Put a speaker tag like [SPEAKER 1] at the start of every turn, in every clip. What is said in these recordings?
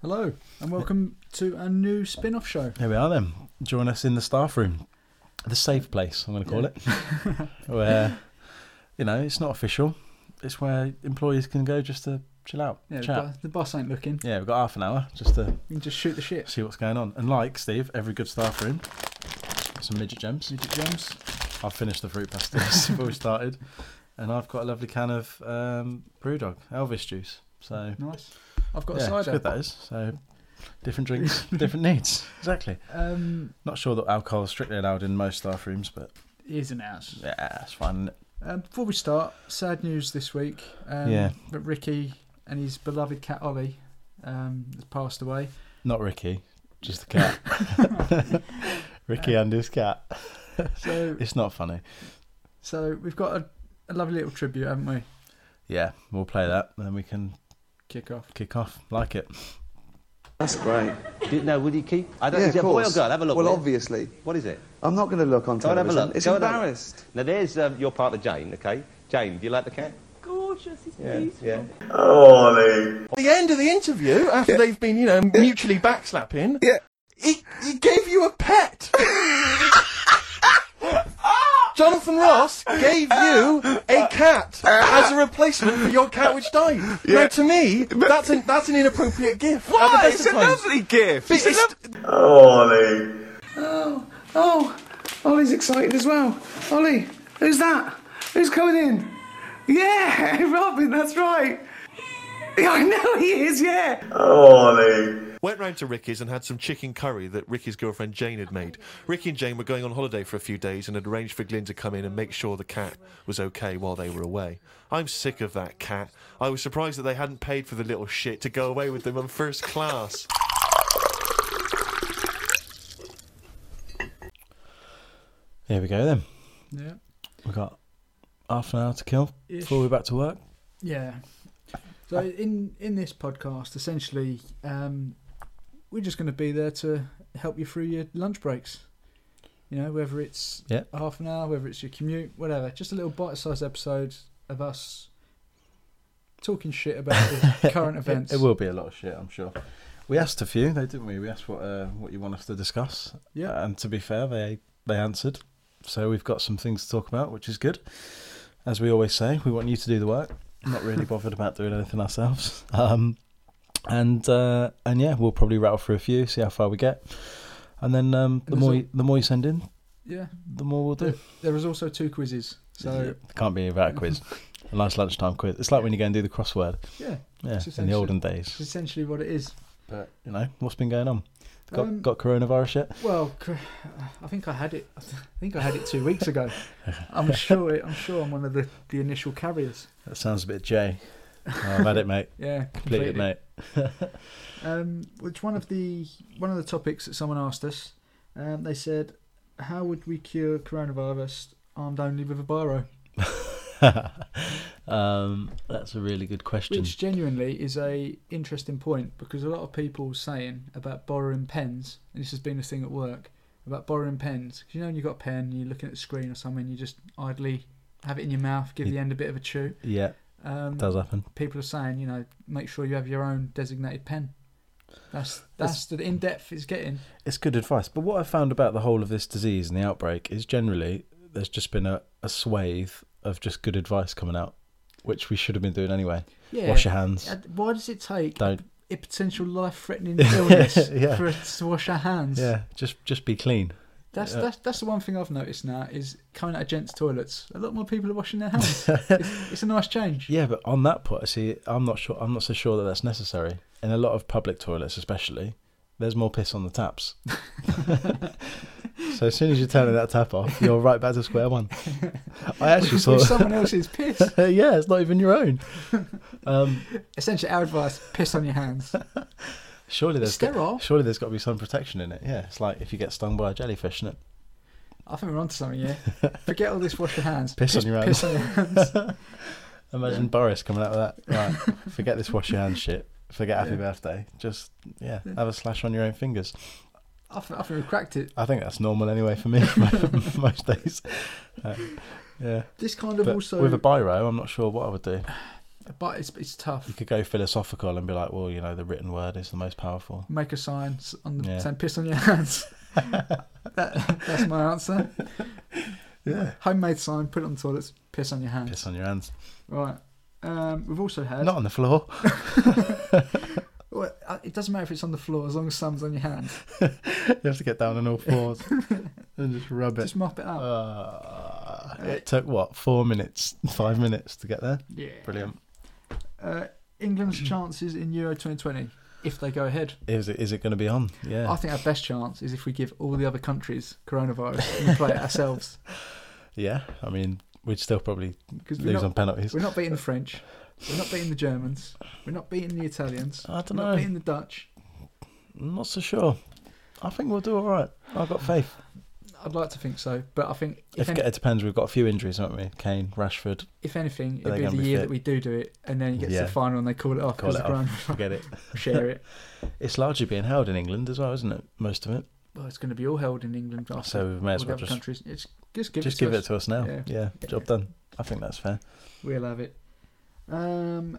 [SPEAKER 1] Hello, and welcome to a new spin off show.
[SPEAKER 2] Here we are then. Join us in the staff room, the safe place. I'm going to call it, where you know it's not official. It's where employees can go just to chill out,
[SPEAKER 1] Yeah, the,
[SPEAKER 2] chat.
[SPEAKER 1] bo- the boss ain't looking.
[SPEAKER 2] Yeah, we've got half an hour just to
[SPEAKER 1] You can just shoot the shit.
[SPEAKER 2] see what's going on. And like Steve, every good staff room, some midget gems.
[SPEAKER 1] Midget Jones.
[SPEAKER 2] I've finished the fruit pasties before we started, and I've got a lovely can of um, BrewDog Elvis juice. So
[SPEAKER 1] Nice. I've got
[SPEAKER 2] yeah,
[SPEAKER 1] a
[SPEAKER 2] it's good
[SPEAKER 1] cider.
[SPEAKER 2] that is. So different drinks, different needs. Exactly.
[SPEAKER 1] Um,
[SPEAKER 2] Not sure that alcohol is strictly allowed in most staff rooms, but
[SPEAKER 1] here's an ounce.
[SPEAKER 2] yeah, it's fine.
[SPEAKER 1] Um, before we start, sad news this week. Um,
[SPEAKER 2] Yeah.
[SPEAKER 1] But Ricky and his beloved cat Ollie um, has passed away.
[SPEAKER 2] Not Ricky, just the cat. Ricky and his cat.
[SPEAKER 1] So,
[SPEAKER 2] It's not funny.
[SPEAKER 1] so we've got a, a lovely little tribute, haven't we?
[SPEAKER 2] Yeah, we'll play that and then we can
[SPEAKER 1] Kick off.
[SPEAKER 2] kick off. Like it.
[SPEAKER 3] That's great.
[SPEAKER 4] Do you know, will you keep? I don't,
[SPEAKER 3] yeah,
[SPEAKER 4] is it a
[SPEAKER 3] of
[SPEAKER 4] boy or
[SPEAKER 3] course.
[SPEAKER 4] girl? Have a look.
[SPEAKER 3] Well,
[SPEAKER 4] will you?
[SPEAKER 3] obviously.
[SPEAKER 4] What is it?
[SPEAKER 3] I'm not going to look on
[SPEAKER 4] Don't have a
[SPEAKER 3] television.
[SPEAKER 4] look.
[SPEAKER 3] It's
[SPEAKER 4] Go and have a look.
[SPEAKER 3] embarrassed.
[SPEAKER 4] Now, there's um, your partner, Jane, okay? Jane, do you like the cat?
[SPEAKER 5] gorgeous. It's beautiful.
[SPEAKER 4] Yeah.
[SPEAKER 6] the end of the interview, after they've been, you know, mutually backslapping,
[SPEAKER 3] Yeah.
[SPEAKER 6] he, he gave you a pet. Jonathan Ross gave you a cat as a replacement for your cat which died. Now, to me, that's an, that's an inappropriate gift. at the best of
[SPEAKER 3] It's a
[SPEAKER 6] times.
[SPEAKER 3] lovely gift.
[SPEAKER 6] But it's-
[SPEAKER 3] Oh, Ollie's excited as well. Ollie, who's that? Who's coming in? Yeah, Robin, that's right. Yeah, I know he is, yeah.
[SPEAKER 7] Went round to Ricky's and had some chicken curry that Ricky's girlfriend Jane had made. Ricky and Jane were going on holiday for a few days and had arranged for Glyn to come in and make sure the cat was okay while they were away. I'm sick of that cat. I was surprised that they hadn't paid for the little shit to go away with them on first class.
[SPEAKER 2] Here we go then.
[SPEAKER 1] Yeah.
[SPEAKER 2] We've got half an hour to kill
[SPEAKER 1] Ish.
[SPEAKER 2] before we're back to work.
[SPEAKER 1] Yeah. So
[SPEAKER 2] Uh,
[SPEAKER 1] in in this podcast, essentially, um, we're just going to be there to help you through your lunch breaks. You know, whether it's
[SPEAKER 2] Yeah.
[SPEAKER 1] half an hour, whether it's your commute, whatever. Just a little bite-sized episode of us talking shit about the current events.
[SPEAKER 2] It, it will be a lot of shit, I'm sure. We asked a few, though, didn't we? We asked what uh, what you want us to discuss. Uh,
[SPEAKER 1] Yeah.
[SPEAKER 2] And to be fair, they they answered. So we've got some things to talk about, which is good. As we always say, we want you to do the work. Not really bothered about doing anything ourselves. Um, and uh, and yeah, we'll probably rattle through a few, see how far we get, and then um, the
[SPEAKER 1] there's
[SPEAKER 2] more
[SPEAKER 1] a-
[SPEAKER 2] you, the more you send in,
[SPEAKER 1] Yeah.
[SPEAKER 2] the more we'll do.
[SPEAKER 1] There was also two quizzes. So
[SPEAKER 2] Can't be without a quiz. a nice lunchtime quiz. It's like when you go and do the crossword.
[SPEAKER 1] yeah,
[SPEAKER 2] Yeah,
[SPEAKER 1] It's
[SPEAKER 2] in the
[SPEAKER 1] essential.
[SPEAKER 2] olden days.
[SPEAKER 1] it's essentially what it is.
[SPEAKER 2] But you know what's been going on? Got
[SPEAKER 1] Um,
[SPEAKER 2] got coronavirus yet?
[SPEAKER 1] Well, cr- I think I had it. I think I had it two weeks ago. I'm sure. It, I'm sure I'm one of the, the initial carriers.
[SPEAKER 2] That sounds a bit Jay. Oh, I've had it, mate.
[SPEAKER 1] Yeah,
[SPEAKER 2] Completely, mate.
[SPEAKER 1] Um, which one of the one of the topics that someone asked us, um, they said, "How would we cure coronavirus armed only with a biro?"
[SPEAKER 2] um, that's a really good question.
[SPEAKER 1] Which genuinely is a interesting point because a lot of people were saying about borrowing pens, and this has been a thing at work about borrowing pens. 'Cause you know, when you have got a pen, you're looking at the screen or something, you just idly have it in your mouth, give
[SPEAKER 2] Yeah.
[SPEAKER 1] the end a bit of a chew.
[SPEAKER 2] yeah,
[SPEAKER 1] Um,
[SPEAKER 2] does happen.
[SPEAKER 1] people are saying, you know, make sure you have your own designated pen. That's that's the in depth it's getting.
[SPEAKER 2] It's good advice. But what I found about the whole of this disease and the outbreak is generally there's just been a, a swathe of just good advice coming out, which we should have been doing anyway.
[SPEAKER 1] Yeah.
[SPEAKER 2] Wash your hands.
[SPEAKER 1] Uh, Why does it take
[SPEAKER 2] Don't.
[SPEAKER 1] a potential life-threatening illness
[SPEAKER 2] Yeah.
[SPEAKER 1] for us to wash our hands?
[SPEAKER 2] Yeah, just just be clean.
[SPEAKER 1] That's,
[SPEAKER 2] Yeah.
[SPEAKER 1] that's that's the one thing I've noticed now is coming out of gents' toilets. A lot more people are washing their hands. it's, it's a nice change.
[SPEAKER 2] Yeah, but on that point, see, I'm not sure. I'm not so sure that that's necessary. In a lot of public toilets, especially, there's more piss on the taps. so as soon as you're turning that tap off, you're right back to square one. I actually
[SPEAKER 1] With
[SPEAKER 2] saw.
[SPEAKER 1] someone else's piss.
[SPEAKER 2] yeah, it's not even your own. Um,
[SPEAKER 1] Essentially, our advice: piss on your hands.
[SPEAKER 2] surely there's
[SPEAKER 1] Sterile.
[SPEAKER 2] Got, surely there's got to be some protection in it. Yeah, it's like if you get stung by a jellyfish, isn't it?
[SPEAKER 1] I think we're onto something. Yeah. Forget all this. Wash your hands.
[SPEAKER 2] Piss on your
[SPEAKER 1] Piss on your hands.
[SPEAKER 2] Imagine Boris coming out with that. Right, forget this wash your hands shit. Forget happy birthday. Just yeah, have a slash on your own fingers.
[SPEAKER 1] I think, I think we cracked it.
[SPEAKER 2] I think that's normal anyway for me most days. Uh, yeah,
[SPEAKER 1] This kind of
[SPEAKER 2] but
[SPEAKER 1] also
[SPEAKER 2] with a biro, I'm not sure what I would do.
[SPEAKER 1] but it's it's tough.
[SPEAKER 2] You could go philosophical and be like, well, you know, the written word is the most powerful.
[SPEAKER 1] Make a sign s- on the
[SPEAKER 2] Yeah.
[SPEAKER 1] saying "piss on your hands." that, that's my answer.
[SPEAKER 2] Yeah.
[SPEAKER 1] Homemade sign, put it on the toilets. Piss on your hands.
[SPEAKER 2] Piss on your hands.
[SPEAKER 1] Right. Um, we've also had.
[SPEAKER 2] Not on the floor.
[SPEAKER 1] Well, uh, it doesn't matter if it's on the floor as long as some's on your hands.
[SPEAKER 2] you have to get down on all fours and just rub it.
[SPEAKER 1] Just mop it up.
[SPEAKER 2] Uh, it took what? Four minutes, five minutes to get there.
[SPEAKER 1] yeah.
[SPEAKER 2] Brilliant.
[SPEAKER 1] Uh, England's chances in Euro 2020 if they go ahead.
[SPEAKER 2] Is it? Is it going to be on?
[SPEAKER 1] I
[SPEAKER 2] Yeah.
[SPEAKER 1] think our best chance is if we give all the other countries coronavirus and play it ourselves
[SPEAKER 2] Yeah. I mean, we'd still probably
[SPEAKER 1] because we're
[SPEAKER 2] lose on
[SPEAKER 1] not,
[SPEAKER 2] penalties.
[SPEAKER 1] we're not beating the French, we're not beating the Germans, we're not beating the Italians,
[SPEAKER 2] I don't
[SPEAKER 1] we're not
[SPEAKER 2] know.
[SPEAKER 1] beating the Dutch.
[SPEAKER 2] I'm not so sure. I think we'll do all right. I've got faith.
[SPEAKER 1] I'd like to think so, but I think if,
[SPEAKER 2] If,
[SPEAKER 1] any-
[SPEAKER 2] it depends. We've got a few injuries, haven't we? Kane, Rashford.
[SPEAKER 1] if anything, it'd
[SPEAKER 2] Are they
[SPEAKER 1] be
[SPEAKER 2] gonna
[SPEAKER 1] the
[SPEAKER 2] be
[SPEAKER 1] year
[SPEAKER 2] fit?
[SPEAKER 1] that we do do it, and then it gets to
[SPEAKER 2] Yeah.
[SPEAKER 1] the final and they call it off
[SPEAKER 2] Call
[SPEAKER 1] because
[SPEAKER 2] it
[SPEAKER 1] the
[SPEAKER 2] off.
[SPEAKER 1] coronavirus.
[SPEAKER 2] Forget it.
[SPEAKER 1] share it.
[SPEAKER 2] It's largely being held in England as well, isn't it? Most of it.
[SPEAKER 1] Well, it's going to be all held in England. after
[SPEAKER 2] So we may
[SPEAKER 1] all
[SPEAKER 2] as
[SPEAKER 1] the
[SPEAKER 2] well
[SPEAKER 1] other
[SPEAKER 2] just
[SPEAKER 1] countries. It's, just give it
[SPEAKER 2] just
[SPEAKER 1] to
[SPEAKER 2] give
[SPEAKER 1] us.
[SPEAKER 2] it to us now.
[SPEAKER 1] Yeah.
[SPEAKER 2] Yeah. Job done. I think that's fair.
[SPEAKER 1] We'll have it. Um,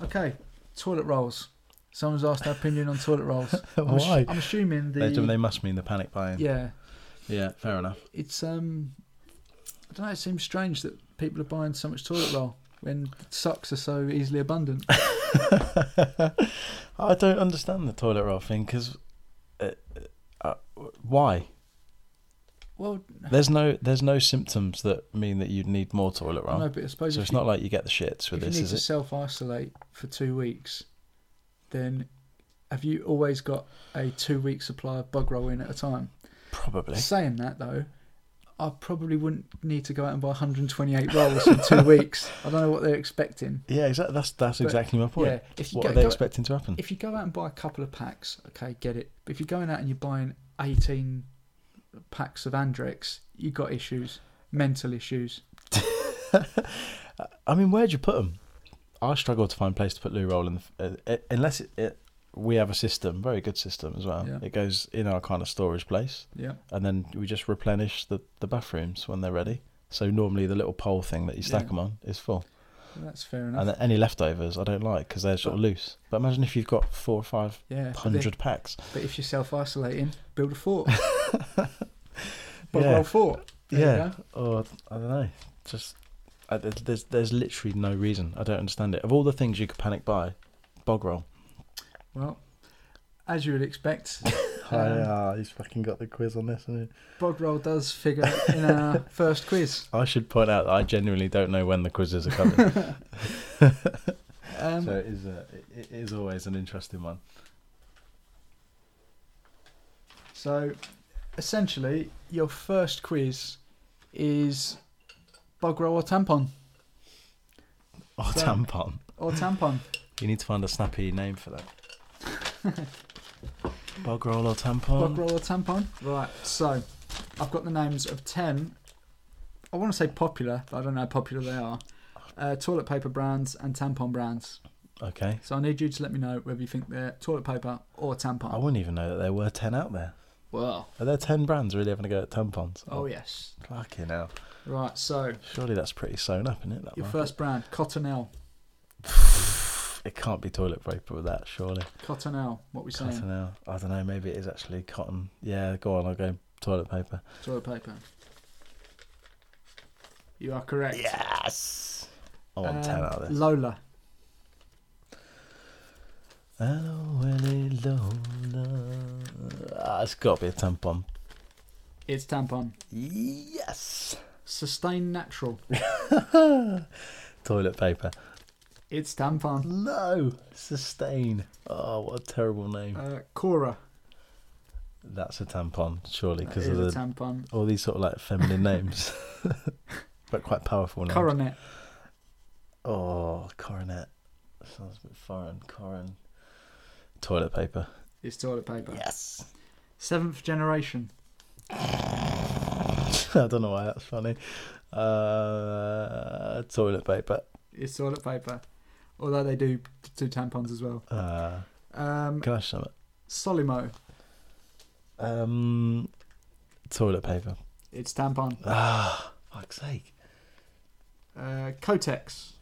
[SPEAKER 1] okay, toilet rolls. Someone's asked our opinion on toilet rolls. I'm assu-
[SPEAKER 2] Why?
[SPEAKER 1] I'm assuming Oh, the
[SPEAKER 2] They, do- they must mean the panic buying.
[SPEAKER 1] yeah.
[SPEAKER 2] Yeah, fair enough.
[SPEAKER 1] It's um, I don't know. It seems strange that people are buying so much toilet roll when socks are so easily abundant.
[SPEAKER 2] I don't understand the toilet roll thing because uh, uh, why?
[SPEAKER 1] Well,
[SPEAKER 2] There's no there's no symptoms that mean that you'd need more toilet roll.
[SPEAKER 1] no, but I suppose
[SPEAKER 2] so
[SPEAKER 1] if
[SPEAKER 2] it's
[SPEAKER 1] you,
[SPEAKER 2] not like you get the shits
[SPEAKER 1] if
[SPEAKER 2] with
[SPEAKER 1] you
[SPEAKER 2] this,
[SPEAKER 1] need
[SPEAKER 2] is
[SPEAKER 1] to
[SPEAKER 2] it?
[SPEAKER 1] self isolate for two weeks, then have you always got a two week supply of bug roll in at a time?
[SPEAKER 2] Probably.
[SPEAKER 1] Saying that though, I probably wouldn't need to go out and buy 128 rolls in two weeks. I don't know what they're expecting.
[SPEAKER 2] Yeah, exactly. That's that's
[SPEAKER 1] But,
[SPEAKER 2] exactly my point.
[SPEAKER 1] yeah, if you
[SPEAKER 2] what
[SPEAKER 1] go-
[SPEAKER 2] are they
[SPEAKER 1] go-
[SPEAKER 2] expecting to happen?
[SPEAKER 1] If you go out and buy a couple of packs, okay, get it. But if you're going out and you're buying 18 packs of Andrex, you've got issues, mental issues.
[SPEAKER 2] I mean, where'd you put them? I struggle to find place to put loo roll in, the, uh, unless it, it, we have a system, very good system as well.
[SPEAKER 1] Yeah.
[SPEAKER 2] It goes in our kind of storage place,
[SPEAKER 1] Yeah.
[SPEAKER 2] and then we just replenish the, the bathrooms when they're ready. So normally the little pole thing that you stack
[SPEAKER 1] Yeah.
[SPEAKER 2] them on is full,
[SPEAKER 1] Well, that's fair enough.
[SPEAKER 2] and then any leftovers I don't like because they're sort of loose. But imagine if you've got four or five
[SPEAKER 1] yeah. But, then-
[SPEAKER 2] hundred packs.
[SPEAKER 1] but if you're self isolating, build a fort. Bug
[SPEAKER 2] Yeah.
[SPEAKER 1] roll fort. There you
[SPEAKER 2] yeah,
[SPEAKER 1] go.
[SPEAKER 2] or Oh, I don't know, just I, there's there's- there's literally no reason. I don't understand it. Of all the things you could panic buy, bog roll.
[SPEAKER 1] Well, as you would expect,
[SPEAKER 2] Hi, uh, he's fucking got the quiz on this, isn't
[SPEAKER 1] bog roll does figure in our first quiz.
[SPEAKER 2] I should point out that I genuinely don't know when the quizzes are coming.
[SPEAKER 1] Um,
[SPEAKER 2] so it is, a, it it is always an interesting one.
[SPEAKER 1] So, essentially, your first quiz is bug roll or tampon
[SPEAKER 2] Or
[SPEAKER 1] So-
[SPEAKER 2] tampon.
[SPEAKER 1] or tampon.
[SPEAKER 2] Oh, You need to find a snappy name for that. Bog roll or tampon?
[SPEAKER 1] Bug roll or tampon. Right. So, I've got the names of ten. I want to say popular, but I don't know how popular they are. Uh, toilet paper brands and tampon brands.
[SPEAKER 2] Okay.
[SPEAKER 1] So I need you to let me know whether you think they're toilet paper or
[SPEAKER 2] I
[SPEAKER 1] tampon.
[SPEAKER 2] wouldn't even know that there were 10 out there.
[SPEAKER 1] Well,
[SPEAKER 2] Are there 10 brands really having a go at tampons?
[SPEAKER 1] oh yes.
[SPEAKER 2] Fucking hell.
[SPEAKER 1] Right. So
[SPEAKER 2] Surely that's pretty sewn up, isn't it? That
[SPEAKER 1] your
[SPEAKER 2] market?
[SPEAKER 1] first brand, Cottonelle.
[SPEAKER 2] It can't be toilet paper with that, surely.
[SPEAKER 1] Cottonelle. What we saying?
[SPEAKER 2] Cotton now. I don't know. Maybe it is actually cotton. Yeah, go on. I'll go toilet paper.
[SPEAKER 1] Toilet paper. You are correct.
[SPEAKER 2] Yes. I want
[SPEAKER 1] Um,
[SPEAKER 2] ten out of this.
[SPEAKER 1] Lola.
[SPEAKER 2] Hello, Willy Lola. Ah, it's got to be a tampon.
[SPEAKER 1] It's tampon.
[SPEAKER 2] Yes.
[SPEAKER 1] Sustain natural.
[SPEAKER 2] Toilet paper.
[SPEAKER 1] It's tampon.
[SPEAKER 2] No. Sustain. Oh, what a terrible name.
[SPEAKER 1] Uh, Cora.
[SPEAKER 2] That's a tampon, surely,
[SPEAKER 1] That
[SPEAKER 2] because
[SPEAKER 1] is
[SPEAKER 2] of
[SPEAKER 1] a
[SPEAKER 2] the,
[SPEAKER 1] tampon.
[SPEAKER 2] all these sort of like feminine names, but quite powerful names.
[SPEAKER 1] Coronet.
[SPEAKER 2] Oh, coronet. Sounds a bit foreign. Coron. Toilet paper.
[SPEAKER 1] It's toilet paper.
[SPEAKER 2] Yes.
[SPEAKER 1] Seventh generation.
[SPEAKER 2] I don't know why that's funny. Uh, toilet paper.
[SPEAKER 1] It's toilet paper. Although they do do tampons as well.
[SPEAKER 2] Uh,
[SPEAKER 1] Um,
[SPEAKER 2] can I sum it?
[SPEAKER 1] Solimo.
[SPEAKER 2] Um, toilet paper.
[SPEAKER 1] It's tampon.
[SPEAKER 2] Ah, fuck's sake.
[SPEAKER 1] Uh, Kotex.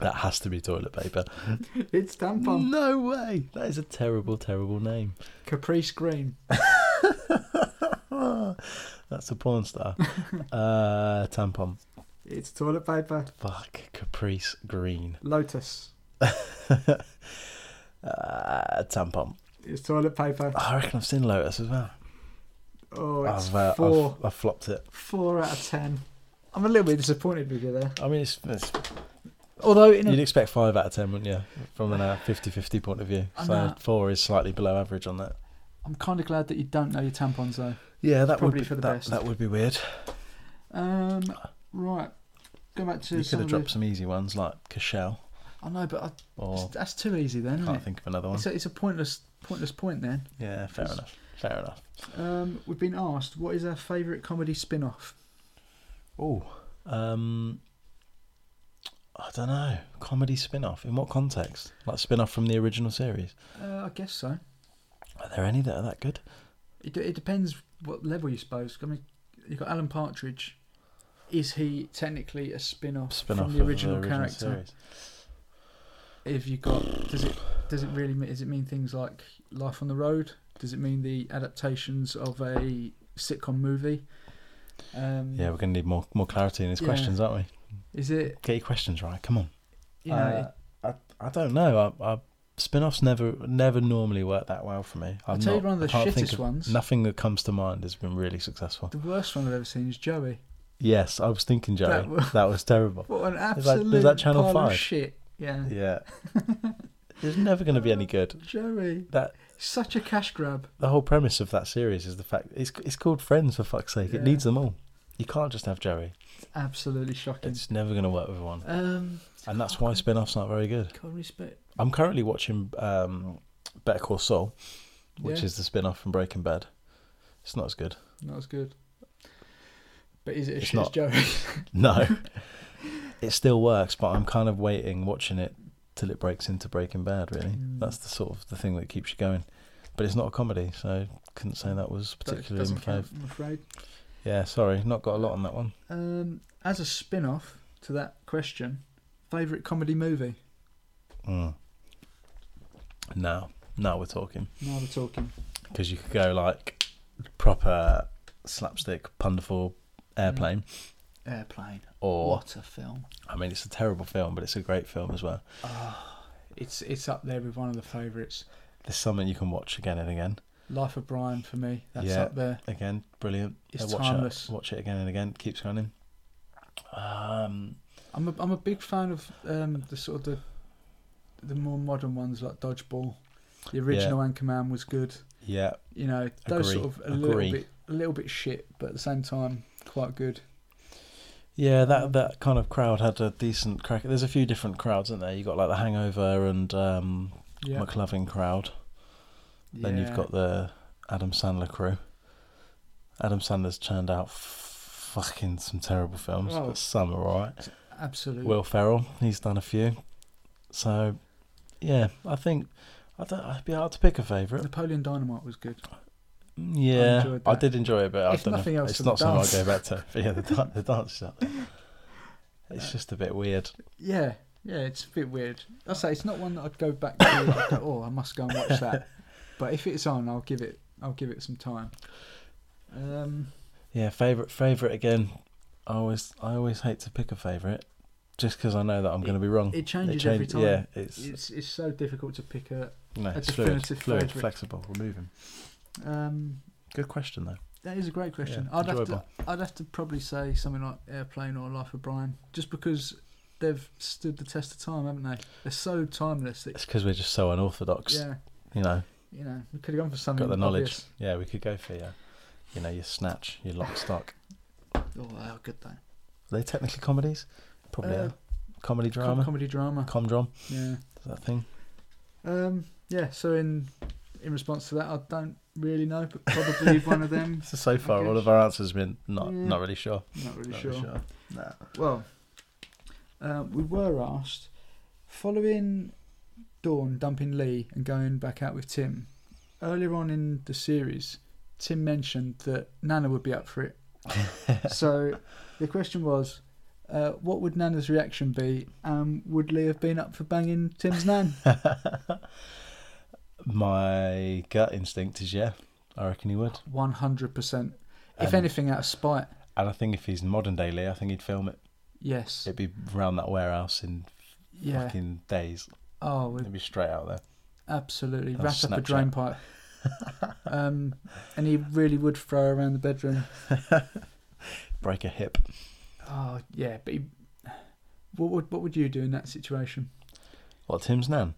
[SPEAKER 2] That has to be toilet paper.
[SPEAKER 1] It's tampon.
[SPEAKER 2] No way. That is a terrible, terrible name.
[SPEAKER 1] Caprice Green.
[SPEAKER 2] That's a porn star. uh, tampon.
[SPEAKER 1] It's toilet paper.
[SPEAKER 2] Fuck. Caprice Green.
[SPEAKER 1] Lotus.
[SPEAKER 2] Uh, tampon. Ah,
[SPEAKER 1] It's toilet paper.
[SPEAKER 2] I reckon I've seen Lotus as well.
[SPEAKER 1] Oh, it's
[SPEAKER 2] I've, uh,
[SPEAKER 1] four.
[SPEAKER 2] I've, I've flopped it.
[SPEAKER 1] Four out of ten. I'm a little bit disappointed with you there.
[SPEAKER 2] I mean, it's, it's
[SPEAKER 1] Although, in a,
[SPEAKER 2] you'd expect five out of ten, wouldn't you? From an uh, 50-50 point of view,
[SPEAKER 1] I
[SPEAKER 2] so
[SPEAKER 1] know.
[SPEAKER 2] four is slightly below average on that.
[SPEAKER 1] I'm kind of glad that you don't know your tampons though.
[SPEAKER 2] Yeah, that
[SPEAKER 1] Probably
[SPEAKER 2] would be
[SPEAKER 1] for the
[SPEAKER 2] that,
[SPEAKER 1] best.
[SPEAKER 2] that would be weird.
[SPEAKER 1] Um, right. Go back to
[SPEAKER 2] you could
[SPEAKER 1] some
[SPEAKER 2] have
[SPEAKER 1] of the-
[SPEAKER 2] dropped some easy ones like Cashel,
[SPEAKER 1] I know, but I,
[SPEAKER 2] or
[SPEAKER 1] that's too easy then.
[SPEAKER 2] I
[SPEAKER 1] Isn't
[SPEAKER 2] can't
[SPEAKER 1] it?
[SPEAKER 2] think of another one.
[SPEAKER 1] It's a, it's a pointless pointless point then.
[SPEAKER 2] yeah, fair enough. Fair enough.
[SPEAKER 1] Um, we've been asked what is our favourite comedy spin-off.
[SPEAKER 2] Oh, um, I don't know. Comedy spin-off. In what context? Like spin-off from the original series.
[SPEAKER 1] Uh, I guess so.
[SPEAKER 2] Are there any that are that good?
[SPEAKER 1] It, d- it depends what level you suppose. I mean, you got Alan Partridge. Is he technically a spin-off,
[SPEAKER 2] Spin-off
[SPEAKER 1] from
[SPEAKER 2] of
[SPEAKER 1] the original, character?
[SPEAKER 2] series.
[SPEAKER 1] If you got, does it does it really mean, does it mean things like Life on the Road? Does it mean the adaptations of a sitcom movie? Um,
[SPEAKER 2] Yeah, we're gonna need more more clarity in his
[SPEAKER 1] Yeah.
[SPEAKER 2] questions, aren't we?
[SPEAKER 1] Is it
[SPEAKER 2] Get your questions right. Come on.
[SPEAKER 1] you know?
[SPEAKER 2] Uh, I, I don't know. I, I, spin-offs never never normally work that well for me.
[SPEAKER 1] I'll
[SPEAKER 2] I'm
[SPEAKER 1] tell you
[SPEAKER 2] not-
[SPEAKER 1] one of
[SPEAKER 2] I
[SPEAKER 1] the
[SPEAKER 2] can't think
[SPEAKER 1] shittest
[SPEAKER 2] of-
[SPEAKER 1] ones.
[SPEAKER 2] Nothing that comes to mind has been really successful.
[SPEAKER 1] The worst one I've ever seen is Joey.
[SPEAKER 2] Yes, I was thinking, Joey.
[SPEAKER 1] That
[SPEAKER 2] That
[SPEAKER 1] was-
[SPEAKER 2] was, terrible.
[SPEAKER 1] What an
[SPEAKER 2] Is that-
[SPEAKER 1] absolute
[SPEAKER 2] is that Channel
[SPEAKER 1] pile of
[SPEAKER 2] five?
[SPEAKER 1] shit. Yeah.
[SPEAKER 2] Yeah, there's never going to be any good.
[SPEAKER 1] Joey,
[SPEAKER 2] That
[SPEAKER 1] such a cash grab.
[SPEAKER 2] the whole premise of that series is the fact it's it's called Friends for fuck's sake.
[SPEAKER 1] Yeah.
[SPEAKER 2] It needs them all. You can't just have Joey.
[SPEAKER 1] Absolutely shocking.
[SPEAKER 2] It's never going to work with one,
[SPEAKER 1] Um,
[SPEAKER 2] and that's why spin-offs aren't very good.
[SPEAKER 1] God respect.
[SPEAKER 2] I'm currently watching um, Better Call Saul, which
[SPEAKER 1] Yeah.
[SPEAKER 2] is the spin-off from Breaking Bad. It's not as good.
[SPEAKER 1] Not as good. But is it as
[SPEAKER 2] It's
[SPEAKER 1] shit as
[SPEAKER 2] not.
[SPEAKER 1] Joey?
[SPEAKER 2] No. it still works, but I'm kind of waiting, watching it till it breaks into Breaking Bad, really.
[SPEAKER 1] Mm.
[SPEAKER 2] That's the sort of the thing that keeps you going. But it's not a comedy, so couldn't say that was particularly
[SPEAKER 1] doesn't
[SPEAKER 2] my
[SPEAKER 1] count,
[SPEAKER 2] fave.
[SPEAKER 1] I'm afraid.
[SPEAKER 2] Yeah, sorry, not got a lot on that one.
[SPEAKER 1] Um, as a spin off to that question, favourite comedy movie?
[SPEAKER 2] Mm. Now, now we're talking.
[SPEAKER 1] Now we're talking.
[SPEAKER 2] Because you could go like proper slapstick, punderful airplane,
[SPEAKER 1] Airplane.
[SPEAKER 2] or
[SPEAKER 1] Mm. What a film.
[SPEAKER 2] I mean, it's a terrible film, but it's a great film as well.
[SPEAKER 1] It's it's up there with one of the favourites.
[SPEAKER 2] There's something you can watch again and again.
[SPEAKER 1] Life of Brian for me. That's
[SPEAKER 2] Yeah.
[SPEAKER 1] up there.
[SPEAKER 2] again, brilliant.
[SPEAKER 1] It's
[SPEAKER 2] Uh, watch
[SPEAKER 1] timeless.
[SPEAKER 2] It, watch it again and again. Keeps going in. Um,
[SPEAKER 1] I'm a, I'm a big fan of um, the sort of the the more modern ones like Dodgeball. The original Anchorman was good.
[SPEAKER 2] yeah,
[SPEAKER 1] You know, those
[SPEAKER 2] Agree.
[SPEAKER 1] sort of a little
[SPEAKER 2] Agree.
[SPEAKER 1] bit a little bit shit, but at the same time quite good.
[SPEAKER 2] yeah. That that kind of crowd had a decent crack. There's a few different crowds, aren't there? You got like the Hangover and um,
[SPEAKER 1] Yeah.
[SPEAKER 2] McLovin crowd. Then you've
[SPEAKER 1] Yeah.
[SPEAKER 2] got the Adam Sandler crew. Adam Sandler's churned out f- fucking some terrible films,
[SPEAKER 1] Oh.
[SPEAKER 2] but some are alright.
[SPEAKER 1] absolutely
[SPEAKER 2] Will Ferrell, he's done a few. So, yeah, I think I don't, I'd be hard to pick a favourite.
[SPEAKER 1] Napoleon Dynamite was good.
[SPEAKER 2] Yeah,
[SPEAKER 1] enjoyed
[SPEAKER 2] I,
[SPEAKER 1] that.
[SPEAKER 2] did enjoy it, but
[SPEAKER 1] If
[SPEAKER 2] I don't
[SPEAKER 1] nothing
[SPEAKER 2] know.
[SPEAKER 1] else
[SPEAKER 2] it's
[SPEAKER 1] for the
[SPEAKER 2] not something
[SPEAKER 1] dance.
[SPEAKER 2] I go back to. But yeah, the, dan- the dance is up there. It's just a bit weird.
[SPEAKER 1] Yeah, yeah, it's a bit weird. I say it's not one that I'd go back to. like, go, oh, I must go and watch that. But if it's on, I'll give it. I'll give it some time. Um,
[SPEAKER 2] Yeah, favorite favorite again. I always I always hate to pick a favorite, just because I know that I'm going to be wrong.
[SPEAKER 1] it changes every
[SPEAKER 2] Hmm. change-
[SPEAKER 1] time.
[SPEAKER 2] Yeah, it's,
[SPEAKER 1] it's it's so difficult to pick a.
[SPEAKER 2] no,
[SPEAKER 1] a
[SPEAKER 2] it's fluid,
[SPEAKER 1] definitive
[SPEAKER 2] fluid,
[SPEAKER 1] favourite.
[SPEAKER 2] flexible, removing.
[SPEAKER 1] Um,
[SPEAKER 2] Good question though.
[SPEAKER 1] That is a great question.
[SPEAKER 2] Yeah,
[SPEAKER 1] I'd have to,
[SPEAKER 2] enjoyable.
[SPEAKER 1] I'd have to probably say something like Airplane or Life of Brian, just because they've stood the test of time, haven't they? They're so timeless. That,
[SPEAKER 2] It's because we're just so unorthodox.
[SPEAKER 1] yeah,
[SPEAKER 2] You know,
[SPEAKER 1] you know, we could have gone for something.
[SPEAKER 2] got the knowledge.
[SPEAKER 1] obvious.
[SPEAKER 2] Yeah, we could go for yeah. You know, your snatch, your lock stock.
[SPEAKER 1] Oh, how good though.
[SPEAKER 2] Are they technically comedies? Probably
[SPEAKER 1] Uh,
[SPEAKER 2] are. Comedy
[SPEAKER 1] Com-
[SPEAKER 2] drama,
[SPEAKER 1] comedy drama.
[SPEAKER 2] comdrom,
[SPEAKER 1] yeah.
[SPEAKER 2] is that a thing?
[SPEAKER 1] Um. Yeah. So in in response to that, I don't really know, but probably one of them.
[SPEAKER 2] So, so far,
[SPEAKER 1] Okay.
[SPEAKER 2] all of our answers have been not
[SPEAKER 1] Yeah.
[SPEAKER 2] not really sure.
[SPEAKER 1] Not really
[SPEAKER 2] Not
[SPEAKER 1] sure.
[SPEAKER 2] really sure. Nah.
[SPEAKER 1] Well, uh, we were asked following Dawn dumping Lee and going back out with Tim. Earlier on in the series, Tim mentioned that Nana would be up for it. so the question was, Uh, what would Nana's reaction be? Um, would Lee have been up for banging Tim's nan?
[SPEAKER 2] My gut instinct is yeah. I reckon he would.
[SPEAKER 1] One hundred percent. If anything, out of spite.
[SPEAKER 2] And I think if he's modern day Lee, I think he'd film it.
[SPEAKER 1] Yes.
[SPEAKER 2] It'd be round that warehouse in
[SPEAKER 1] Yeah.
[SPEAKER 2] fucking days.
[SPEAKER 1] Oh, we
[SPEAKER 2] It'd be straight out there.
[SPEAKER 1] absolutely.
[SPEAKER 2] On
[SPEAKER 1] Wrap up a
[SPEAKER 2] Snapchat.
[SPEAKER 1] drain pipe. um, and he really would throw around the bedroom.
[SPEAKER 2] Break a hip.
[SPEAKER 1] Oh yeah, but he, what would what would you do in that situation?
[SPEAKER 2] What, Tim's nan?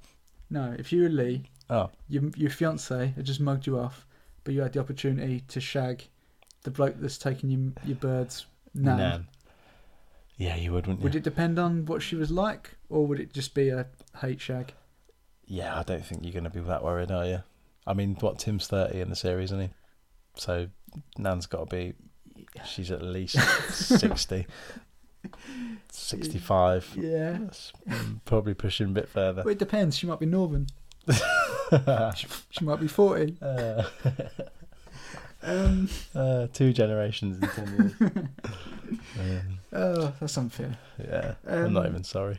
[SPEAKER 1] No, if you were Lee,
[SPEAKER 2] Oh,
[SPEAKER 1] your your fiance had just mugged you off, but you had the opportunity to shag the bloke that's taking you your birds. Nan.
[SPEAKER 2] nan. Yeah, you would, wouldn't you?
[SPEAKER 1] Would it depend on what she was like, or would it just be a hate shag?
[SPEAKER 2] Yeah, I don't think you're going to be that worried, are you? I mean, what, Tim's 30 in the series, isn't he? So Nan's got to be, she's at least 60, 65.
[SPEAKER 1] Yeah.
[SPEAKER 2] That's probably pushing a bit further.
[SPEAKER 1] Well, it depends. She might be northern. she, she might be forty.
[SPEAKER 2] Uh,
[SPEAKER 1] Um,
[SPEAKER 2] uh, two generations in 10 years. um,
[SPEAKER 1] oh, that's unfair.
[SPEAKER 2] yeah, I'm not
[SPEAKER 1] Um, Oh,
[SPEAKER 2] even sorry.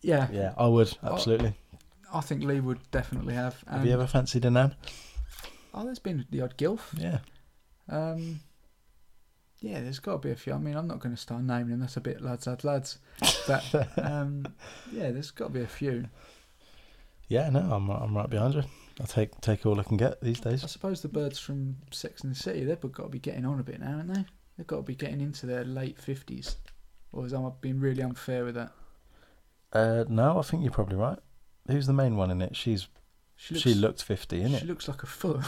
[SPEAKER 1] Yeah,
[SPEAKER 2] Yeah, I would, absolutely.
[SPEAKER 1] I think Lee would definitely have. And,
[SPEAKER 2] Have you ever fancied a Nan?
[SPEAKER 1] Oh, there's been the odd gilf.
[SPEAKER 2] Yeah.
[SPEAKER 1] Um, yeah, there's got to be a few. I mean, I'm not going to start naming them. That's a bit lads, lads, lads. But um, yeah, there's got to be a few.
[SPEAKER 2] Yeah, no, I'm, I'm right behind you. I take take all I can get these days.
[SPEAKER 1] I suppose the birds from Sex and the City, they've got to be getting on a bit now, haven't they? They've got to be getting into their late 50s. Or has I been really unfair with that?
[SPEAKER 2] Uh, no, I think you're probably right. Who's the main one in it? She's she looked fifty,
[SPEAKER 1] she
[SPEAKER 2] innit?
[SPEAKER 1] looks like a foot.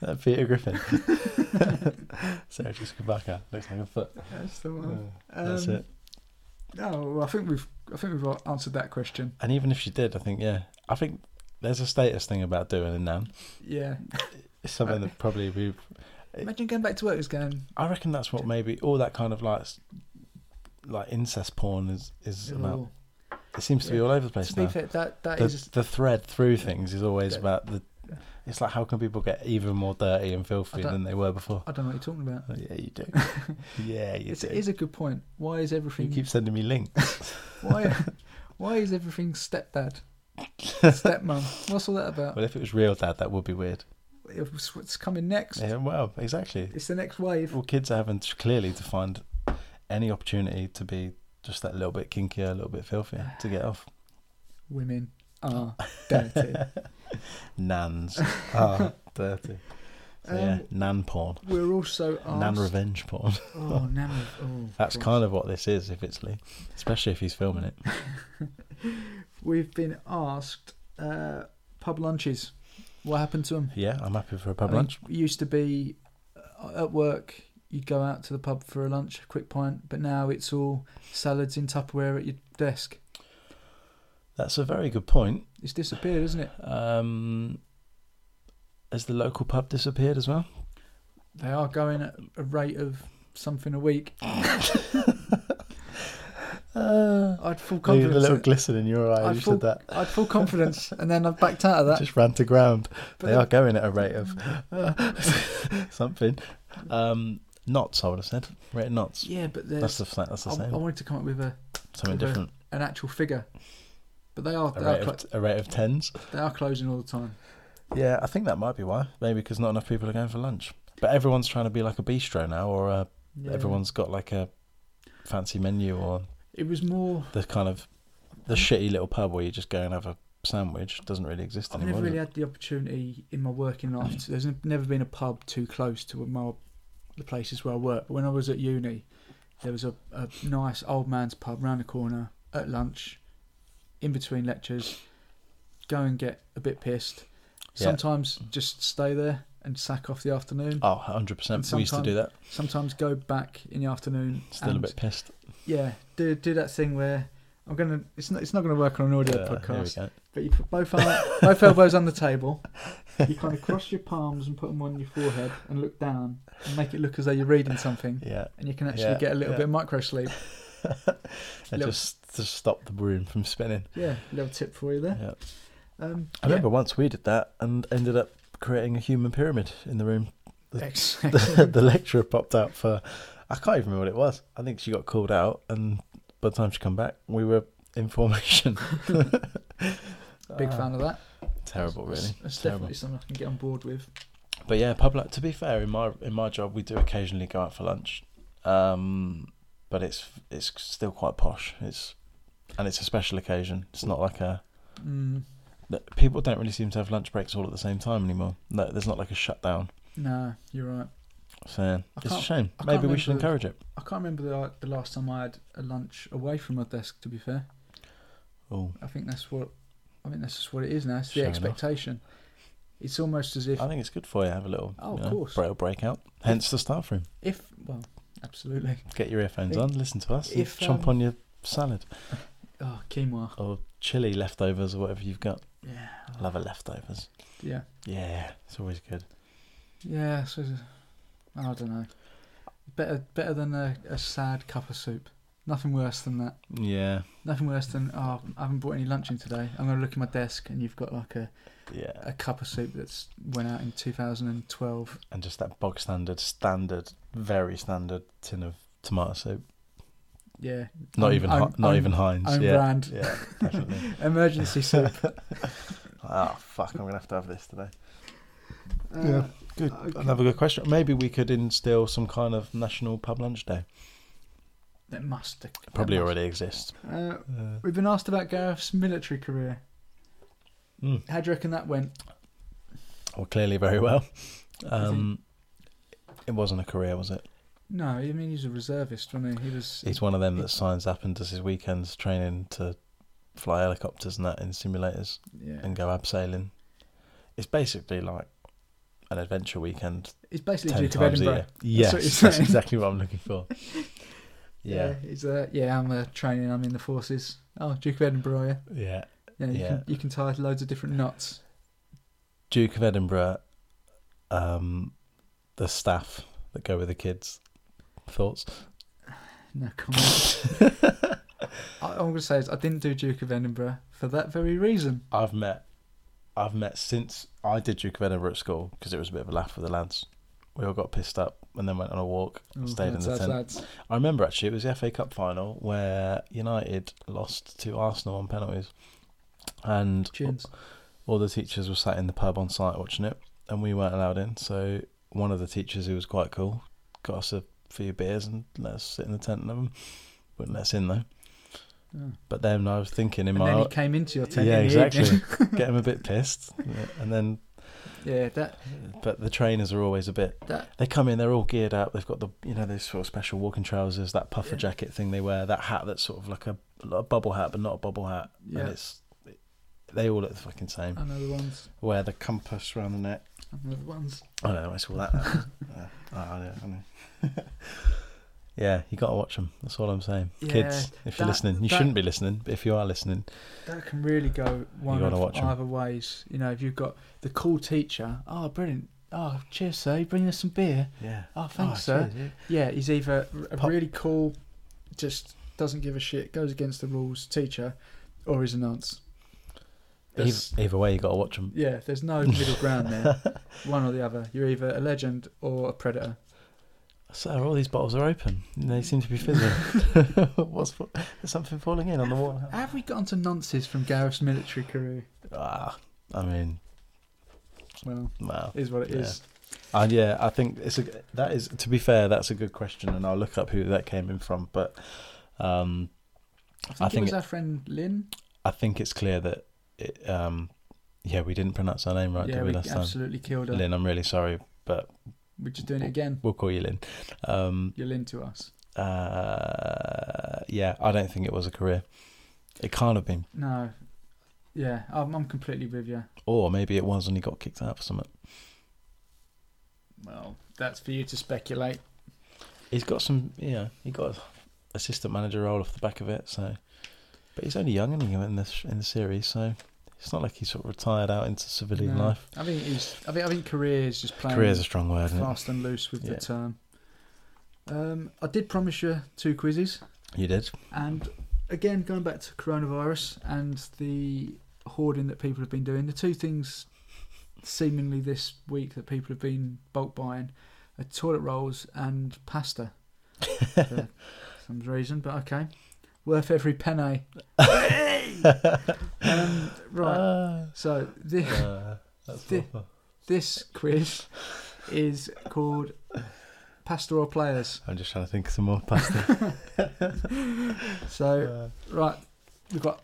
[SPEAKER 2] Uh, Peter Griffin. Sarah Jessica Parker looks like a foot.
[SPEAKER 1] That's the one.
[SPEAKER 2] That's
[SPEAKER 1] Um,
[SPEAKER 2] it.
[SPEAKER 1] No, well, I think we've I think we've answered that question.
[SPEAKER 2] And even if she did, I think yeah, I think there's a status thing about doing a nan.
[SPEAKER 1] Yeah.
[SPEAKER 2] It's something
[SPEAKER 1] Uh,
[SPEAKER 2] that probably we.
[SPEAKER 1] Imagine going back to work is going.
[SPEAKER 2] I reckon that's what maybe all that kind of like s- like incest porn is is about.
[SPEAKER 1] "Oh."
[SPEAKER 2] It seems to be
[SPEAKER 1] Yeah.
[SPEAKER 2] all over the place
[SPEAKER 1] To be
[SPEAKER 2] now.
[SPEAKER 1] fair, that that
[SPEAKER 2] the,
[SPEAKER 1] is
[SPEAKER 2] the thread through things is always about the. It's like how can people get even more dirty and filthy
[SPEAKER 1] don't-
[SPEAKER 2] than they were before?
[SPEAKER 1] I don't know what you're talking about.
[SPEAKER 2] Oh, yeah, you do. yeah, you
[SPEAKER 1] It's,
[SPEAKER 2] do.
[SPEAKER 1] it is a good point. Why is
[SPEAKER 2] you
[SPEAKER 1] everything
[SPEAKER 2] keep sending me links.
[SPEAKER 1] why why is everything stepdad, stepmom? What's all that about?
[SPEAKER 2] well, if it was real dad, that would be weird.
[SPEAKER 1] It's what's coming next?
[SPEAKER 2] Yeah, Oh. well, exactly.
[SPEAKER 1] It's the next wave.
[SPEAKER 2] Well, kids are having to- clearly to find any opportunity to be just that little bit kinkier, a little bit filthier to get off.
[SPEAKER 1] Women are dirty.
[SPEAKER 2] Nans are dirty. So, yeah,
[SPEAKER 1] Um,
[SPEAKER 2] nan porn,
[SPEAKER 1] We're also asked.
[SPEAKER 2] nan revenge porn.
[SPEAKER 1] Oh, nan rev- oh,
[SPEAKER 2] That's
[SPEAKER 1] gosh.
[SPEAKER 2] kind of what this is, if it's Lee, especially if he's filming it.
[SPEAKER 1] We've been asked uh, pub lunches. What happened to them?
[SPEAKER 2] Yeah, I'm happy for a pub lunch.
[SPEAKER 1] It used to be uh, at work. You'd go out to the pub for a lunch, a quick pint, but now it's all salads in Tupperware at your desk.
[SPEAKER 2] That's a very good point.
[SPEAKER 1] It's disappeared, isn't it?
[SPEAKER 2] Um, has the local pub disappeared as well?
[SPEAKER 1] They are going at a rate of something a week. I'd full
[SPEAKER 2] Look at
[SPEAKER 1] confidence.
[SPEAKER 2] the little glisten in your eye. as
[SPEAKER 1] I'd
[SPEAKER 2] You
[SPEAKER 1] full,
[SPEAKER 2] said that.
[SPEAKER 1] I'd full confidence, and then I've backed out of that.
[SPEAKER 2] Just ran to ground.
[SPEAKER 1] But
[SPEAKER 2] they
[SPEAKER 1] then-
[SPEAKER 2] are going at a rate of something. Um, knots, I would have said. Rate of knots.
[SPEAKER 1] yeah, but
[SPEAKER 2] that's
[SPEAKER 1] there's.
[SPEAKER 2] the sa- that's the
[SPEAKER 1] I,
[SPEAKER 2] same.
[SPEAKER 1] I wanted to come up with a
[SPEAKER 2] something
[SPEAKER 1] with a-
[SPEAKER 2] different.
[SPEAKER 1] an actual figure, but they are
[SPEAKER 2] A
[SPEAKER 1] they are,
[SPEAKER 2] rate,
[SPEAKER 1] clo-
[SPEAKER 2] of, a rate of tens.
[SPEAKER 1] they are closing all the time.
[SPEAKER 2] Yeah, I think that might be why. Maybe because not enough people are going for lunch. But everyone's trying to be like a bistro now, or uh
[SPEAKER 1] Yeah.
[SPEAKER 2] everyone's got like a fancy menu, or
[SPEAKER 1] It was more.
[SPEAKER 2] the kind of the shitty little pub where you just go and have a sandwich doesn't really exist
[SPEAKER 1] I've
[SPEAKER 2] anymore.
[SPEAKER 1] never
[SPEAKER 2] does
[SPEAKER 1] really
[SPEAKER 2] it?
[SPEAKER 1] had the opportunity in my working life. To, there's never been a pub too close to my the places where I work. But when I was at uni, there was a, a nice old man's pub round the corner at lunch, in between lectures. Go and get a bit pissed.
[SPEAKER 2] Yeah.
[SPEAKER 1] Sometimes just stay there and sack off the afternoon.
[SPEAKER 2] Oh, 100%.
[SPEAKER 1] And
[SPEAKER 2] We used to
[SPEAKER 1] sometime-
[SPEAKER 2] do that.
[SPEAKER 1] Sometimes go back in the afternoon.
[SPEAKER 2] Still a
[SPEAKER 1] and-
[SPEAKER 2] bit pissed.
[SPEAKER 1] Yeah, do do that thing where I'm gonna. It's not. It's not gonna work on an audio
[SPEAKER 2] Uh, here we
[SPEAKER 1] podcast.
[SPEAKER 2] go.
[SPEAKER 1] But you put both, arm, both elbows on the table. You kind of cross your palms and put them on your forehead and look down and make it look as though you're reading something.
[SPEAKER 2] Yeah.
[SPEAKER 1] And you can actually
[SPEAKER 2] Yeah,
[SPEAKER 1] get a little
[SPEAKER 2] yeah.
[SPEAKER 1] bit of micro sleep.
[SPEAKER 2] And
[SPEAKER 1] Look.
[SPEAKER 2] just, just stop the room from spinning.
[SPEAKER 1] Yeah, little tip for you there.
[SPEAKER 2] Yeah.
[SPEAKER 1] Um,
[SPEAKER 2] I remember once we did that and ended up creating a human pyramid in the room.
[SPEAKER 1] yeah. Excellent.
[SPEAKER 2] the lecturer popped out for I can't even remember what it was. I think she got called out, and by the time she come back, we were in formation.
[SPEAKER 1] Big fan of that.
[SPEAKER 2] Terrible, really.
[SPEAKER 1] That's, that's
[SPEAKER 2] Terrible.
[SPEAKER 1] definitely something I can get on board with.
[SPEAKER 2] But yeah, pub lunch. To be fair, in my in my job, we do occasionally go out for lunch, um, but it's it's still quite posh. It's and it's a special occasion. It's not like a
[SPEAKER 1] Mm,
[SPEAKER 2] that- people don't really seem to have lunch breaks all at the same time anymore. No, there's not like a shutdown.
[SPEAKER 1] no, you're right.
[SPEAKER 2] So it's a
[SPEAKER 1] can't-
[SPEAKER 2] shame.
[SPEAKER 1] I can't
[SPEAKER 2] Maybe we should
[SPEAKER 1] remember-
[SPEAKER 2] encourage it.
[SPEAKER 1] I can't remember the, the last time I had a lunch away from my desk. To be fair,
[SPEAKER 2] Oh,
[SPEAKER 1] I think that's what I think that's just what it is now. It's the
[SPEAKER 2] Fair enough.
[SPEAKER 1] expectation. It's almost as if
[SPEAKER 2] I think it's good for you. Have a little
[SPEAKER 1] Oh,
[SPEAKER 2] you
[SPEAKER 1] of
[SPEAKER 2] know,
[SPEAKER 1] course.
[SPEAKER 2] braille breakout. Hence the staff room.
[SPEAKER 1] if well, absolutely.
[SPEAKER 2] Get your earphones
[SPEAKER 1] If-
[SPEAKER 2] on, listen to us, and
[SPEAKER 1] if,
[SPEAKER 2] chomp
[SPEAKER 1] um,
[SPEAKER 2] on your salad
[SPEAKER 1] Oh, quinoa.
[SPEAKER 2] or chili leftovers or whatever you've got.
[SPEAKER 1] Yeah,
[SPEAKER 2] I love a leftovers.
[SPEAKER 1] yeah,
[SPEAKER 2] Yeah, it's always good.
[SPEAKER 1] yeah. So I don't know. Better, better than a, a sad cup of soup. Nothing worse than that.
[SPEAKER 2] Yeah,
[SPEAKER 1] Nothing worse than oh, I haven't brought any lunch in today. I'm gonna look in my desk, and you've got like a,
[SPEAKER 2] yeah.
[SPEAKER 1] a cup of soup that's went out in 2012.
[SPEAKER 2] and just that bog standard, standard, very standard tin of tomato soup.
[SPEAKER 1] Yeah,
[SPEAKER 2] Not
[SPEAKER 1] Own-
[SPEAKER 2] even
[SPEAKER 1] own-
[SPEAKER 2] Hi- not
[SPEAKER 1] own-
[SPEAKER 2] even Heinz.
[SPEAKER 1] own
[SPEAKER 2] yeah,
[SPEAKER 1] brand.
[SPEAKER 2] yeah, definitely.
[SPEAKER 1] emergency soup.
[SPEAKER 2] oh fuck! I'm gonna have to have this today.
[SPEAKER 1] Uh,
[SPEAKER 2] Yeah. Good. Another good question. Maybe we could instill some kind of national pub lunch day.
[SPEAKER 1] That must. That
[SPEAKER 2] It probably
[SPEAKER 1] must-
[SPEAKER 2] already exists.
[SPEAKER 1] Uh,
[SPEAKER 2] Uh,
[SPEAKER 1] we've been asked about Gareth's military career.
[SPEAKER 2] Mm.
[SPEAKER 1] How do you reckon that went?
[SPEAKER 2] well, clearly very well. Um, it wasn't a career, was it?
[SPEAKER 1] No, I mean he's a reservist, wasn't he? He was.
[SPEAKER 2] He's one of them that signs up and does his weekends training to fly helicopters and that in simulators.
[SPEAKER 1] yeah.
[SPEAKER 2] and go abseiling. It's basically like an adventure weekend
[SPEAKER 1] He's basically
[SPEAKER 2] ten
[SPEAKER 1] Duke of
[SPEAKER 2] times a
[SPEAKER 1] Edinburgh.
[SPEAKER 2] year. Yes,
[SPEAKER 1] what you're
[SPEAKER 2] that's,
[SPEAKER 1] saying.
[SPEAKER 2] exactly what I'm looking for. Yeah,
[SPEAKER 1] he's uh, yeah. I'm uh, training. I'm in the forces. Oh, Duke of Edinburgh. Yeah,
[SPEAKER 2] yeah.
[SPEAKER 1] yeah. You,
[SPEAKER 2] Yeah.
[SPEAKER 1] Can, you can tie loads of different knots.
[SPEAKER 2] Duke of Edinburgh, um, the staff that go with the kids. Thoughts?
[SPEAKER 1] No comment. I, all I'm gonna say is I didn't do Duke of Edinburgh for that very reason.
[SPEAKER 2] I've met, I've met since I did Duke of Edinburgh at school because it was a bit of a laugh with the lads. We all got pissed up and then went on a walk,
[SPEAKER 1] Oh,
[SPEAKER 2] stayed in
[SPEAKER 1] lads,
[SPEAKER 2] the
[SPEAKER 1] lads,
[SPEAKER 2] tent.
[SPEAKER 1] lads.
[SPEAKER 2] I remember actually it was the FA Cup final where United lost to Arsenal on penalties, and
[SPEAKER 1] Chins.
[SPEAKER 2] all the teachers were sat in the pub on site watching it, and we weren't allowed in. So one of the teachers who was quite cool got us a few beers and let us sit in the tent and have 'em. Wouldn't let us in though.
[SPEAKER 1] Oh.
[SPEAKER 2] But then I was thinking in
[SPEAKER 1] And
[SPEAKER 2] my
[SPEAKER 1] then he came into your tent.
[SPEAKER 2] yeah
[SPEAKER 1] in the
[SPEAKER 2] exactly
[SPEAKER 1] evening.
[SPEAKER 2] get him a bit pissed, Yeah, and then
[SPEAKER 1] yeah, that
[SPEAKER 2] but the trainers are always a bit
[SPEAKER 1] that
[SPEAKER 2] they come in, they're all geared up. They've got the you know those sort of special walking trousers, that puffer
[SPEAKER 1] Yeah.
[SPEAKER 2] jacket thing they wear, that hat that's sort of like a, like a bubble hat but not a bubble hat.
[SPEAKER 1] Yeah. Oh.
[SPEAKER 2] And it's they all look the fucking same.
[SPEAKER 1] another ones,
[SPEAKER 2] Wear the compass around the neck.
[SPEAKER 1] another ones.
[SPEAKER 2] I don't know. It's all that. now. yeah. Oh, I know, I know. yeah, you got to watch them. That's all I'm saying. Kids,
[SPEAKER 1] Yeah,
[SPEAKER 2] if you're
[SPEAKER 1] that-
[SPEAKER 2] listening, you
[SPEAKER 1] that-
[SPEAKER 2] shouldn't be listening. But if you are listening,
[SPEAKER 1] That can really go one
[SPEAKER 2] gotta
[SPEAKER 1] of
[SPEAKER 2] watch 'em.
[SPEAKER 1] either ways. You know, if you've got the cool teacher, oh brilliant, oh cheers sir, you bringing us some beer.
[SPEAKER 2] yeah.
[SPEAKER 1] Oh thanks sir. Yeah, he's either a
[SPEAKER 2] Pop-
[SPEAKER 1] really cool, just doesn't give a shit, goes against the rules teacher, or he's a nonce. There's-
[SPEAKER 2] Either, either way, you got to watch them.
[SPEAKER 1] yeah, there's no middle ground there. One or the other. You're either a legend or a predator.
[SPEAKER 2] Sir, all these bottles are open. They seem to be fizzing. What's fa- there's something falling in on the wall?
[SPEAKER 1] Have we gotten to nonces from Gareth's military career?
[SPEAKER 2] Ah, I mean,
[SPEAKER 1] Well,
[SPEAKER 2] wow.
[SPEAKER 1] is what it is.
[SPEAKER 2] Yeah. And yeah, I think it's a that is to be fair, that's a good question, and I'll look up who that came in from. But um,
[SPEAKER 1] I think,
[SPEAKER 2] I
[SPEAKER 1] it
[SPEAKER 2] think
[SPEAKER 1] was
[SPEAKER 2] it-
[SPEAKER 1] our friend Lynn.
[SPEAKER 2] I think it's clear that it, um, yeah, we didn't pronounce her name right,
[SPEAKER 1] yeah,
[SPEAKER 2] did we,
[SPEAKER 1] we
[SPEAKER 2] last time?
[SPEAKER 1] absolutely killed her.
[SPEAKER 2] Lynn, I'm really sorry, but
[SPEAKER 1] We're just doing it again.
[SPEAKER 2] we'll call you Lynn. Um,
[SPEAKER 1] You're Lynn to us.
[SPEAKER 2] uh, yeah, I don't think it was a career. It can't have been,
[SPEAKER 1] No. Yeah, I'm, I'm completely with you.
[SPEAKER 2] or maybe it was, and he got kicked out for something.
[SPEAKER 1] Well, that's for you to speculate.
[SPEAKER 2] He's got some, you know, he got a assistant manager role off the back of it. So, but he's only young, isn't he, in this in the series? So it's not like he's sort of retired out into civilian
[SPEAKER 1] No.
[SPEAKER 2] life.
[SPEAKER 1] I think he's. I think. I think career is just playing
[SPEAKER 2] Career's a strong word, isn't it?
[SPEAKER 1] fast and loose with
[SPEAKER 2] Yeah.
[SPEAKER 1] the term. Um, I did promise you two quizzes,
[SPEAKER 2] You did.
[SPEAKER 1] and again, going back to coronavirus and the hoarding that people have been doing, the two things seemingly this week that people have been bulk buying are toilet rolls and pasta. for some reason, but okay. Worth every penny. um, right.
[SPEAKER 2] Uh,
[SPEAKER 1] so this
[SPEAKER 2] Ah, That's
[SPEAKER 1] Thi-
[SPEAKER 2] awful.
[SPEAKER 1] this quiz is called Pastoral Players.
[SPEAKER 2] I'm just trying to think of some more pasta.
[SPEAKER 1] So right, we've got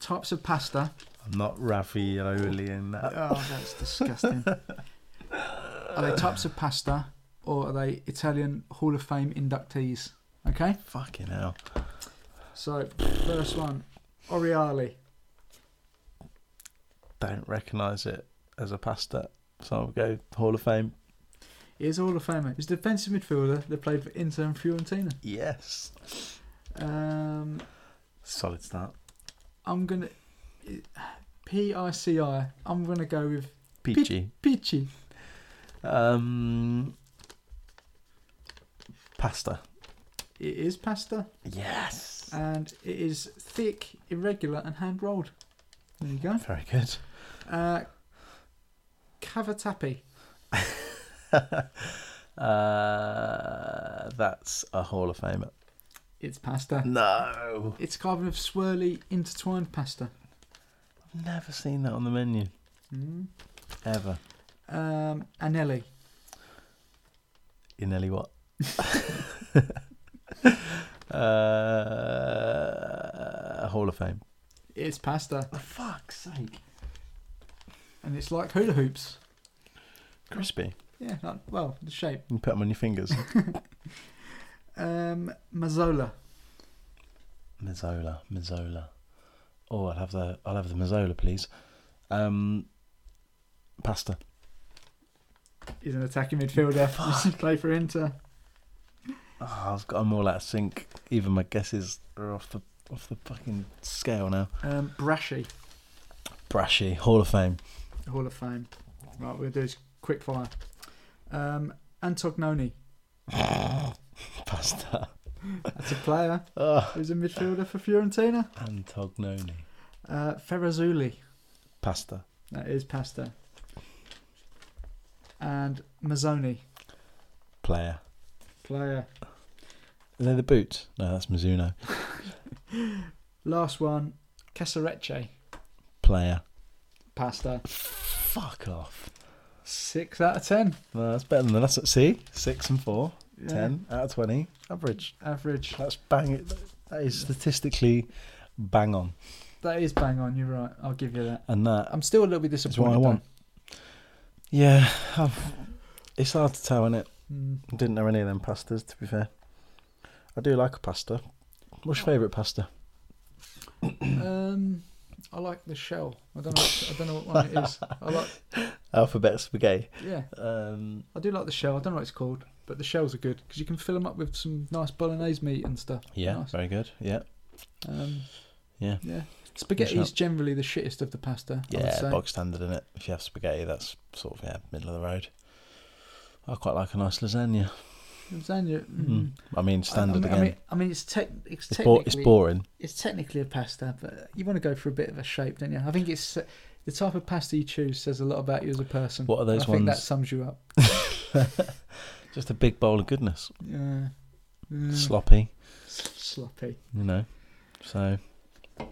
[SPEAKER 1] types of pasta.
[SPEAKER 2] I'm not ravioli in that.
[SPEAKER 1] Oh, that's disgusting. are they types of pasta or are they Italian Hall of Fame inductees? Okay.
[SPEAKER 2] Fucking hell.
[SPEAKER 1] So first one, Oriali.
[SPEAKER 2] Don't recognise it as a pasta. So I'll go Hall of Fame.
[SPEAKER 1] He is a Hall of Famer. He's a defensive midfielder that played for Inter and Fiorentina.
[SPEAKER 2] Yes.
[SPEAKER 1] Um,
[SPEAKER 2] Solid start.
[SPEAKER 1] I'm gonna P I C I. I'm gonna go with
[SPEAKER 2] Peachy.
[SPEAKER 1] Pichi.
[SPEAKER 2] Um, pasta.
[SPEAKER 1] It is pasta,
[SPEAKER 2] Yes.
[SPEAKER 1] and it is thick, irregular, and hand rolled. There you go.
[SPEAKER 2] Very good.
[SPEAKER 1] Uh, cavatappi.
[SPEAKER 2] Uh, that's a Hall of Famer.
[SPEAKER 1] It's pasta.
[SPEAKER 2] No.
[SPEAKER 1] It's kind of swirly, intertwined pasta.
[SPEAKER 2] Never seen that on the menu. Ever.
[SPEAKER 1] Um, anelli.
[SPEAKER 2] You nearly what? uh, Hall of Fame.
[SPEAKER 1] It's pasta,
[SPEAKER 2] For fuck's sake.
[SPEAKER 1] and it's like hula hoops.
[SPEAKER 2] Crispy.
[SPEAKER 1] Yeah, like, well, the shape.
[SPEAKER 2] You put them on your fingers.
[SPEAKER 1] Um, mazzola.
[SPEAKER 2] Mazzola, Mazzola. Oh, I'll have the I'll have the Mazzola, please. Um, pasta.
[SPEAKER 1] He's an attacking midfielder. Used to play for Inter.
[SPEAKER 2] Oh, I've got them all out of sync. Even my guesses are off the off the fucking scale now.
[SPEAKER 1] Um, Brashy,
[SPEAKER 2] Brashy, Hall of Fame.
[SPEAKER 1] Hall of Fame. Right, we'll do is quick fire. Um, Antognoni.
[SPEAKER 2] Pasta.
[SPEAKER 1] That's a player.
[SPEAKER 2] Oh,
[SPEAKER 1] He was a midfielder for Fiorentina.
[SPEAKER 2] Antognoni.
[SPEAKER 1] Uh, Ferrazuli.
[SPEAKER 2] Pasta.
[SPEAKER 1] That is pasta. And Mazzoni,
[SPEAKER 2] Player.
[SPEAKER 1] player.
[SPEAKER 2] Are they the boots? No, that's Mizuno.
[SPEAKER 1] Last one, Casarecce,
[SPEAKER 2] Player.
[SPEAKER 1] pasta.
[SPEAKER 2] Fuck off.
[SPEAKER 1] Six out of ten.
[SPEAKER 2] No, that's better than us. See, six and four,
[SPEAKER 1] Yeah.
[SPEAKER 2] ten out of twenty, average.
[SPEAKER 1] Average.
[SPEAKER 2] That's bang. It. That is statistically bang on,
[SPEAKER 1] That is bang on. You're right. I'll give you that.
[SPEAKER 2] and that
[SPEAKER 1] I'm still a little bit
[SPEAKER 2] is
[SPEAKER 1] disappointed.
[SPEAKER 2] what I
[SPEAKER 1] though.
[SPEAKER 2] want. Yeah, I've, it's hard to tell, innit?
[SPEAKER 1] Mm.
[SPEAKER 2] I didn't know any of them pastas, to be fair. I do like a pasta. What's your favourite pasta?
[SPEAKER 1] Um, I like the shell. I don't know. I don't know what one it is. I like.
[SPEAKER 2] Alphabet spaghetti.
[SPEAKER 1] Yeah,
[SPEAKER 2] Um,
[SPEAKER 1] I do like the shell. I don't know what it's called, but the shells are good because you can fill them up with some nice bolognese meat and stuff.
[SPEAKER 2] yeah,
[SPEAKER 1] Nice.
[SPEAKER 2] very good. Yeah,
[SPEAKER 1] Um,
[SPEAKER 2] yeah,
[SPEAKER 1] yeah. Spaghetti is generally the shittest of the pasta. I would
[SPEAKER 2] yeah.
[SPEAKER 1] say.
[SPEAKER 2] Bog standard, innit? If you have spaghetti, that's sort of yeah, middle of the road. I quite like a nice lasagna.
[SPEAKER 1] Lasagna. mm.
[SPEAKER 2] Mm. I mean, standard
[SPEAKER 1] I, I mean,
[SPEAKER 2] again.
[SPEAKER 1] I mean, I mean, it's tech. It's,
[SPEAKER 2] it's,
[SPEAKER 1] technically.
[SPEAKER 2] bo- it's boring.
[SPEAKER 1] it's technically a pasta, but you want to go for a bit of a shape, don't you? I think it's. The type of pasta you choose says a lot about you as a person.
[SPEAKER 2] What are those
[SPEAKER 1] I think that
[SPEAKER 2] ones-
[SPEAKER 1] sums you up.
[SPEAKER 2] Just a big bowl of goodness.
[SPEAKER 1] Yeah.
[SPEAKER 2] Hmm.
[SPEAKER 1] Mm.
[SPEAKER 2] Sloppy,
[SPEAKER 1] sloppy.
[SPEAKER 2] you know. So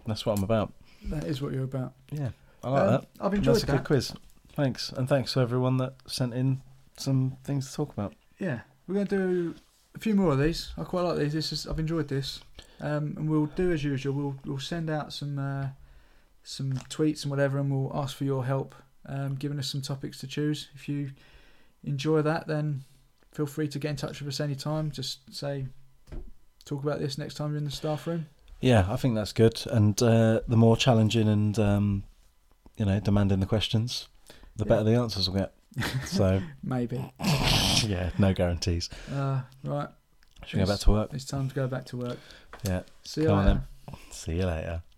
[SPEAKER 2] that's what I'm about.
[SPEAKER 1] That is what you're about.
[SPEAKER 2] Yeah, I like
[SPEAKER 1] Um,
[SPEAKER 2] that.
[SPEAKER 1] I've enjoyed
[SPEAKER 2] that's a
[SPEAKER 1] that.
[SPEAKER 2] good quiz. Thanks, and thanks to everyone that sent in some things to talk about.
[SPEAKER 1] Yeah, we're going to do a few more of these. I quite like these. This is I've enjoyed this, um, and we'll do as usual. We'll we'll send out some uh, some tweets and whatever, and we'll ask for your help, um, giving us some topics to choose. If you enjoy that, then feel free to get in touch with us anytime. Just say talk about this next time you're in the staff room.
[SPEAKER 2] Yeah, I think that's good. And uh, the more challenging and um, you know demanding the questions, the
[SPEAKER 1] Yeah.
[SPEAKER 2] better the answers will get. So
[SPEAKER 1] Maybe.
[SPEAKER 2] yeah, no guarantees.
[SPEAKER 1] Uh, right,
[SPEAKER 2] Should we go back to work?
[SPEAKER 1] it's time to go back to work.
[SPEAKER 2] Yeah.
[SPEAKER 1] See you
[SPEAKER 2] Come on
[SPEAKER 1] later.
[SPEAKER 2] then. See you later.